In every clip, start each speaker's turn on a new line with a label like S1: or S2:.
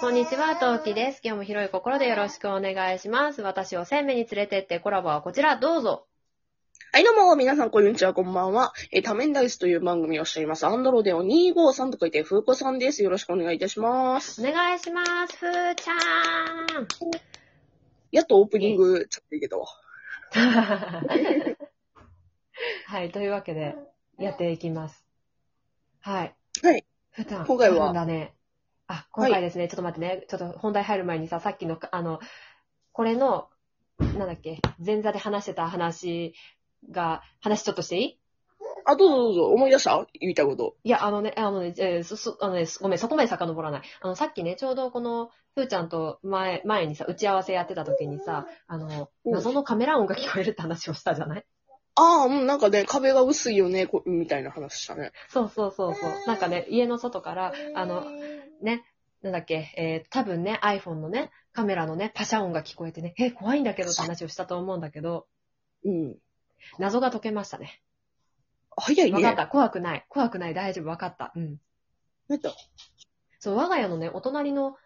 S1: こんにちは、トウキです。今日も広い心でよろしくお願いします。私を鮮明に連れてってコラボはこちら、どうぞ。
S2: はい、どうも、皆さん、こんにちは、こんばんは。えー多面ダイスという番組をしています。アンドロデオ253と書いて、ふうこさんです。よろしくお願いいたします。
S1: お願いします、ふーち
S2: やっとオープニング、ちょっといいけど。
S1: ゃーん。 はい、というわけで、やっていきます。はい。
S2: はい。
S1: ふーちゃん、
S2: 今回は
S1: 多分だね。あ、今回ですね、ちょっと待ってね、ちょっと本題入る前にさ、さっきの、あの、これの、なんだっけ、前座で話してた話が、話ちょっとしていい
S2: あ、どうぞどうぞ、思い出した言いたいこと。
S1: いや、あのね、あのね、えーそ、そ、あのね、ごめん、そこまで遡らない。あの、さっきね、ちょうどこの、ふーちゃんと前、前にさ、打ち合わせやってた時にさ、あの、
S2: うん
S1: 謎のカメラ音が聞こえるって話をしたじゃない
S2: ああ、うん、なんかね、壁が薄いよね、こみたいな話したね。
S1: そうそうそうそう。なんかね、家の外から、あの、ね、なんだっけ、えー、多分ね、iPhone のね、カメラのね、パシャ音が聞こえてね、え、怖いんだけどって話をしたと思うんだけど、
S2: うん。
S1: 謎が解けましたね。
S2: 早い
S1: わ
S2: ね。
S1: かった、怖くない、怖くない、大丈夫、わかった。うん。
S2: なんだ
S1: そう、我が家のね、お隣の、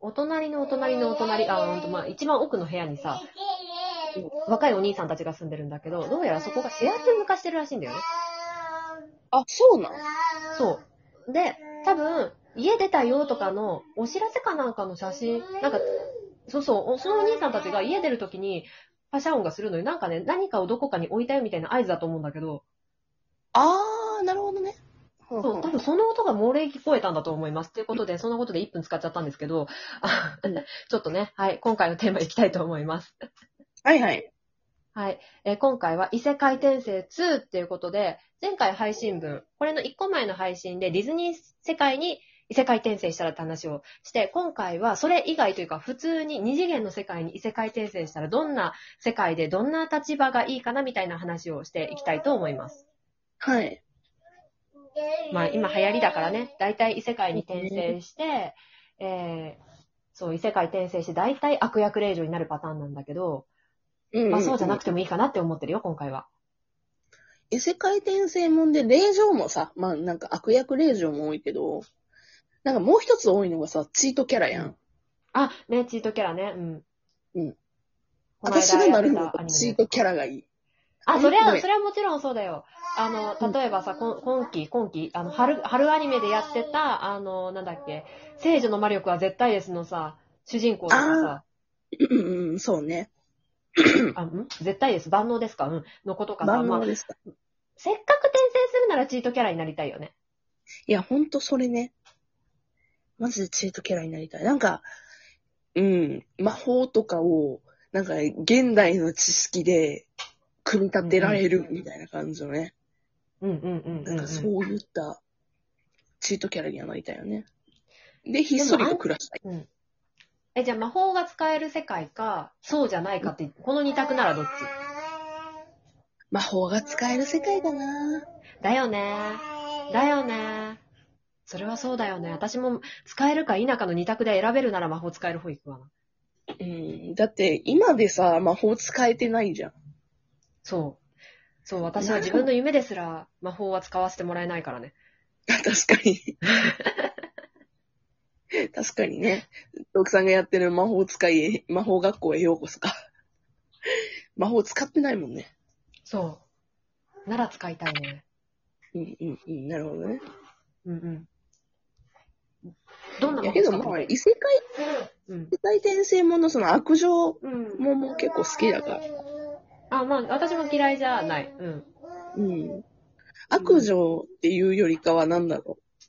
S1: お隣のお隣のお隣、あ、ほんと、まあ、一番奥の部屋にさ、若いお兄さんたちが住んでるんだけど、どうやらそこがシェア住み化してるらしいんだよね。
S2: あ、そうなん
S1: そう。で、多分、家出たよとかのお知らせかなんかの写真、なんか、そうそうお、そのお兄さんたちが家出るときに、パシャ音がするのに、なんかね、何かをどこかに置いたよみたいな合図だと思うんだけど、
S2: ああ、なるほどね。そ
S1: そう、多分その音が漏れ聞こえたんだと思います。ということで、そのことで1分使っちゃったんですけど、あちょっとね、はい、今回のテーマいきたいと思います。
S2: はいはい。
S1: はい。えー今回は異世界転生2っていうことで、前回配信分、これの1個前の配信でディズニー世界に異世界転生したらって話をして、今回はそれ以外というか普通に2次元の世界に異世界転生したらどんな世界でどんな立場がいいかなみたいな話をしていきたいと思います。
S2: はい。
S1: まあ今流行りだからね、大体異世界に転生して、えーそう異世界転生して大体悪役令嬢になるパターンなんだけど、
S2: うん、
S1: まあそうじゃなく
S2: て。
S1: てもいいかなって思ってるよ、今回は。
S2: 異世界転生もんで、霊場もさ、まあなんか悪役霊場も多いけど、なんかもう一つ多いのがさ、チートキャラやん。
S1: あ、ね、チートキャラね。うん。
S2: うん。
S1: この間
S2: 私がなる
S1: や
S2: の
S1: ってたアニメ
S2: が
S1: ね
S2: チートキャラがいい。
S1: あ、それ
S2: ご
S1: は、
S2: めん
S1: それはもちろんそうだよ。あの、例えばさ、こん今期、今期、あの、春、春アニメでやってた、あの、なんだっけ、聖女の魔力は絶対ですのさ、主人公とかさ、
S2: うんうん、そうね。
S1: あん絶対です、万能ですかうん。の子とかさ、
S2: 万
S1: まあ、
S2: 能ですか。
S1: せっかく転生するならチートキャラになりたいよね。
S2: いや、ほんとそれね。マジでチートキャラになりたい。なんか、うん、魔法とかを、なんか、現代の知識で、組み立てられるみたいな感じのね。
S1: うんうんうんうん、う。
S2: なんんかそういった、チートキャラにはなりたいよね。で、ひっそりと暮らしたい。
S1: うん。え、じゃあ魔法が使える世界か、そうじゃないかって、この二択ならどっち
S2: 魔法が使える世界だな
S1: だよね。だよね。それはそうだよね。私も使えるか否かの二択で選べるなら魔法使える方行くわな。
S2: うん。だって、今でさ、魔法使えてないじゃん。
S1: そう。そう、私は自分の夢ですら魔法は使わせてもらえないからね。
S2: 確かに。 確かにね。徳さんがやってる魔法使い、魔法学校へようこそか。 魔法使ってないもんね。
S1: そう。なら使いたいね。
S2: うんうんうん。なるほどね。
S1: うんうん。どんない魔
S2: や
S1: 法
S2: け
S1: 使
S2: ど
S1: って
S2: まあ、
S1: る
S2: 異世界、
S1: うん。
S2: 異世界転生ものその悪女
S1: うん。
S2: もんも結構好きだから。
S1: あ、まあ、私も嫌いじゃない。うん。
S2: うん。悪女っていうよりかはなんだろう。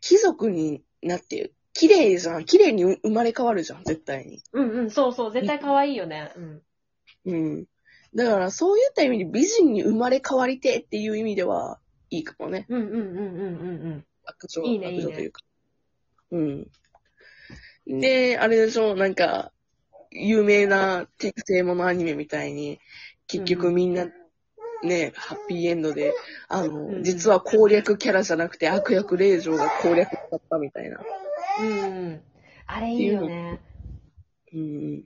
S2: 貴族になって、綺麗じゃん。綺麗に生まれ変わるじゃん、絶対に。
S1: うんうん、そうそう。絶対可愛いよね。うん。
S2: うん。だから、そういった意味で美人に生まれ変わりてっていう意味では、いいかもね。
S1: うんうんうんうんうんうん。
S2: 悪女、
S1: いいね
S2: 悪女というか。うん。で、あれでしょ、なんか、有名な転生ものアニメみたいに、結局みんな、ね、ハッピーエンドで、あの、
S1: うん
S2: 実は攻略キャラじゃなくて悪役令嬢が攻略しちゃったみたいな。
S1: うんうん。あれいいよね。
S2: うん。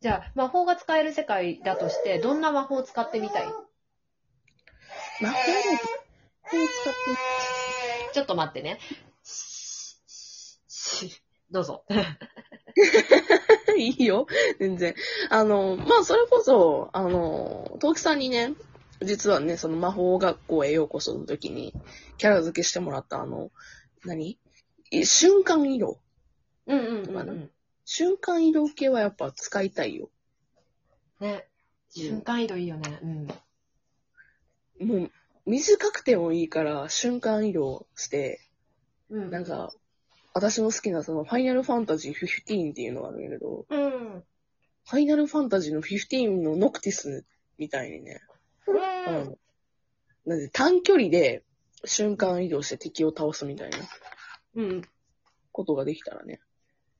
S1: じゃあ、魔法が使える世界だとして、どんな魔法を使ってみたい
S2: 魔法で、
S1: ちょっと待ってね。どうぞ。
S2: いいよ。全然。あの、まあ、それこそ、あの、トウキさんにね、実はね、その魔法学校へようこその時に、キャラ付けしてもらった、あの、何え瞬間移動。
S1: うんうんうん、
S2: まあ
S1: う。
S2: なん瞬間移動系はやっぱ使いたいよ。
S1: ね。
S2: うん
S1: 瞬間移動いいよね。うん。
S2: もう、短くてもいいから、瞬間移動して、
S1: うん。
S2: なんか、私の好きなその、ファイナルファンタジー15っていうのがあるんやけど、
S1: うん。
S2: ファイナルファンタジーの15のノクティスみたいにね、あ
S1: うん。
S2: の、なんで短距離で瞬間移動して敵を倒すみたいな
S1: うん。
S2: ことができたらね、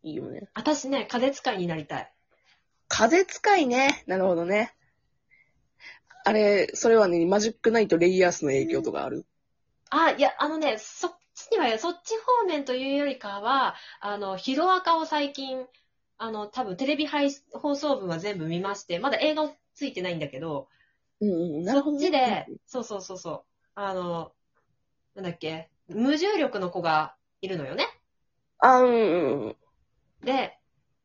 S2: いいよね。
S1: 私ね、風使いになりたい。
S2: 風使いね。なるほどね。あれ、それはね、マジックナイトレイヤースの影響とかある、
S1: あ、いや、あのね、そっちには、そっち方面というよりかは、あの、ヒロアカを最近、あの、多分テレビ配信放送分は全部見まして、まだ映画ついてないんだけど、
S2: うん、うんうんな
S1: そ
S2: るほど
S1: っ
S2: ね、
S1: ちで、そうそうそうそう、あの、なんだっけ、無重力の子がいるのよね。
S2: あ、うんうんうん。
S1: で、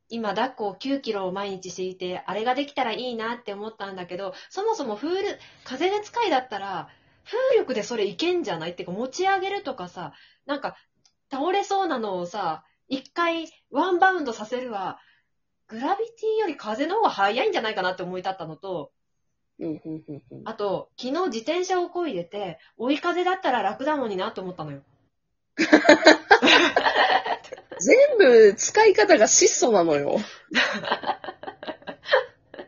S1: 今、抱っこを9キロを毎日していて、あれができたらいいなって思ったんだけど、そもそも風力、風で使いだったら、風力でそれいけんじゃないってか、持ち上げるとかさ、なんか、倒れそうなのをさ、一回ワンバウンドさせるは、グラビティより風の方が速いんじゃないかなって思い立ったのと、
S2: うん、うん、うんうん。
S1: あと、昨日自転車を漕いでて、追い風だったら楽だのになって思ったのよ。
S2: 全部使い方が質素なのよ。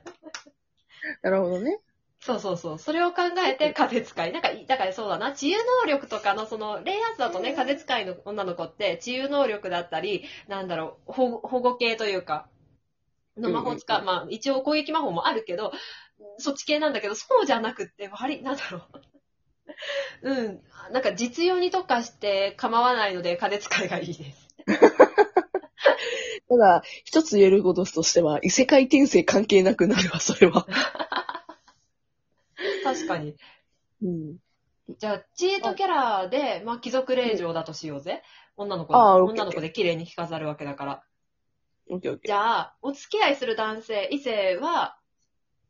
S2: なるほどね。
S1: そうそうそう。それを考え て風使い。なんか、いだからそうだな。治癒能力とかの、その、レイアースだとね、風使いの女の子って、治癒能力だったり、なんだろう、保護保護系というか、の魔法使
S2: うん
S1: う。まあ、一応攻撃魔法もあるけど、そっち系なんだけど、そうじゃなくって、割り、なんだろう。 うん。なんか実用に特化して構わないので、風使いがいいです。
S2: ただ、一つ言えることとしては、異世界転生関係なくなるわ、それは。
S1: 確かに。
S2: うん。
S1: じゃあ、チートキャラで、まあ、貴族令嬢だとしようぜ。女の子
S2: あ
S1: の、
S2: ーオッケー
S1: 女の子で綺麗に着飾るわけだから。
S2: オッケーオッケ
S1: じゃあ、お付き合いする男性、異性は、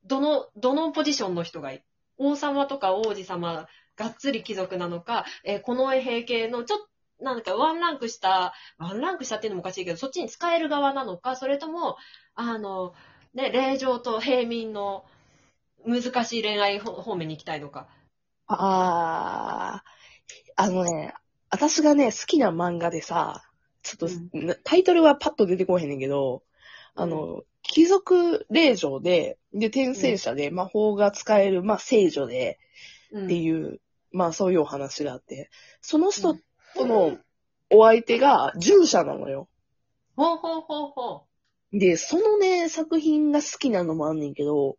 S1: どの、どのポジションの人がいい王様とか王子様、がっつり貴族なのか、えーこの絵平系の、ちょっと、なんかワンランクした、ワンランクしたっていうのもおかしいけど、そっちに使える側なのか、それとも、あの、ね、令嬢と平民の難しい恋愛方方面に行きたいのか。
S2: ー。あー、あのね、私がね、好きな漫画でさ、ちょっと、なタイトルはパッと出てこへんねんけど、あの、貴族令嬢で、で、転生者で魔法が使える、まあ、聖女で、
S1: うん、
S2: って
S1: う
S2: いう、まあそういうお話があって、その人とのお相手が従者なのよ。
S1: ほうほうほうほ
S2: で、そのね、作品が好きなのもあんねんけど、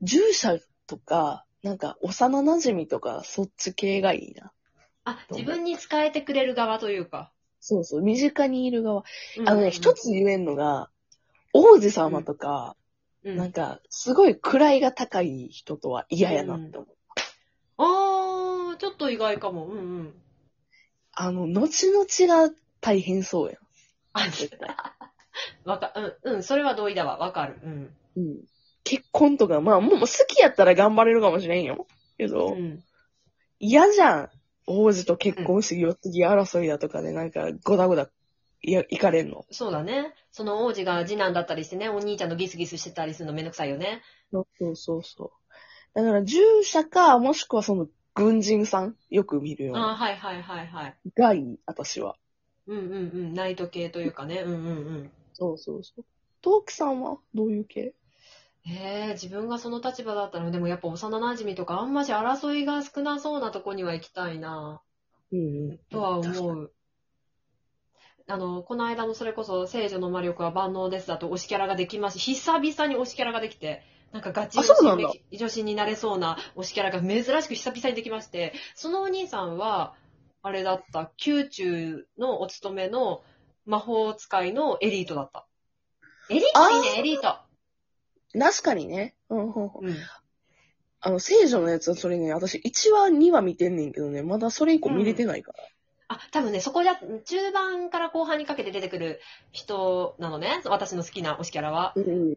S2: 従者とか、なんか幼馴染みとか、そっち系がいいな。
S1: う。あ、自分に使えてくれる側というか。
S2: そうそう、身近にいる側。
S1: うん
S2: あのね、一、つ言えんのが、王子様とか、
S1: うん
S2: なんか、すごい位が高い人とは嫌やなって思う。
S1: あー、ちょっと意外かも。うんうん。
S2: あの、後々が大変そうやん。
S1: あ、
S2: 絶対。
S1: わか、うん、うん、それは同意だわ。わかる。うん。
S2: うん結婚とか、まあ、もう好きやったら頑張れるかもしれんよ。けど、
S1: うん。
S2: 嫌じゃん。王子と結婚して世継ぎ争いだとかで、なんか、ごだごだ、いや、行かれんの。
S1: そうだね。その王子が次男だったりしてね、お兄ちゃんのギスギスしてたりするのめんどくさいよね。
S2: そうそうそうそう。だから、従者か、もしくはその、軍人さん、よく見るよう
S1: ああ、
S2: な、
S1: はいはいはいはい。
S2: がいい、私は。
S1: うんうんうん。ナイト系というかね。うんうん
S2: そうそうそう。トークさんは、どういう系
S1: うん。へえ、自分がその立場だったら、でもやっぱ幼馴染とかあんまし争いが少なそうなとこには行きたいな。
S2: うんうん。
S1: とは
S2: 確か
S1: 思う。あの、この間のそれこそ、聖女の魔力は万能ですだと推しキャラができますし、久々に推しキャラができて、なんかガチ
S2: あそうなんだ
S1: 女子女子になれそうな推しキャラが珍しく久々にできまして、そのお兄さんは、あれだった、宮中のお勤めの魔法使いのエリートだった。エリートいいね、エリート。
S2: に確かにね。うん、うん、うん。
S1: うん。
S2: あの、聖女のやつはそれね、私1話、2話見てんねんけどね、まだそれ以降見れてないから。
S1: あ、多分ね、そこだ、中盤から後半にかけて出てくる人なのね。私の好きな推しキャラは。
S2: うんうん。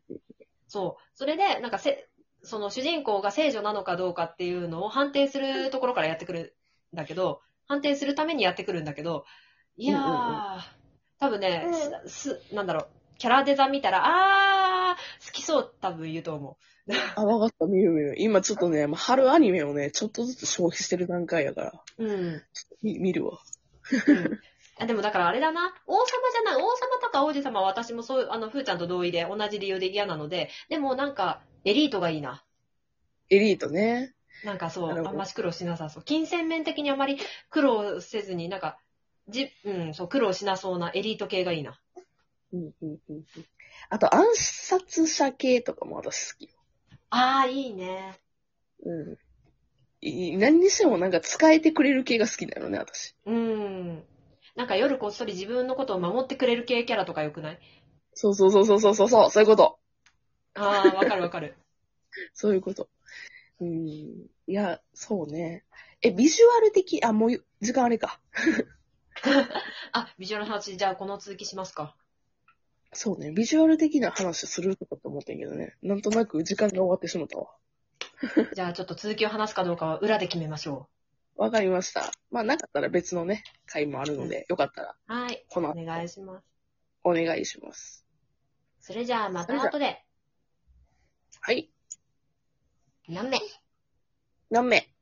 S1: そう。それで、なんかせ、その主人公が聖女なのかどうかっていうのを判定するところからやってくるんだけど、判定するためにやってくるんだけど、いやー、
S2: うんうんうん
S1: 多分ね、
S3: う
S1: す、すなんだろう、キャラデザ見たら、あー、好きそう、多分言うと思
S2: あ、わかった、見る見る。今ちょっとね、まあ、春アニメをね、ちょっとずつ消費してる段階やから、
S1: う。うん。
S2: み見るわ。
S1: うんあでもだからあれだな。王様じゃない。王様とか王子様は私もそういう、あの、ふーちゃんと同意で、同じ理由で嫌なので、でもなんか、エリートがいいな。
S2: エリートね。
S1: なんかそう、
S2: なるほど
S1: あんまし苦労しなさそう。金銭面的にあまり苦労せずに、なんか、じ、うん、そう、苦労しなそうなエリート系がいいな。
S2: うんうんうんうん。あと、暗殺者系とかも私好き。
S1: ああ、いいね。
S2: うん。い何にしてもなんか使えてくれる系が好きだよね、私。
S1: うん。なんか夜こっそり自分のことを守ってくれる系キャラとかよくない
S2: そうそうそうそうそうそうそう、そういうこと。
S1: ああ、わかるわか る。
S2: そういうこと。うん。いや、そうね。え、ビジュアル的、あ、もうよ時間あれか。
S1: あ、ビジュアルの話、じゃあこの続きしますか。
S2: そうね、ビジュアル的な話するとかと思ったんやけどね。なんとなく時間が終わってしまったわ。
S1: じゃあちょっと続きを話すかどうかは裏で決めましょ
S2: わかりました。まあ、なかったら別のね、回もあるので、よかったら、
S1: う。はい。
S2: この
S1: お
S2: 後
S1: 願いします。
S2: お願いします。
S1: それじゃあまた後で、
S2: はい。
S1: 何名
S2: 何名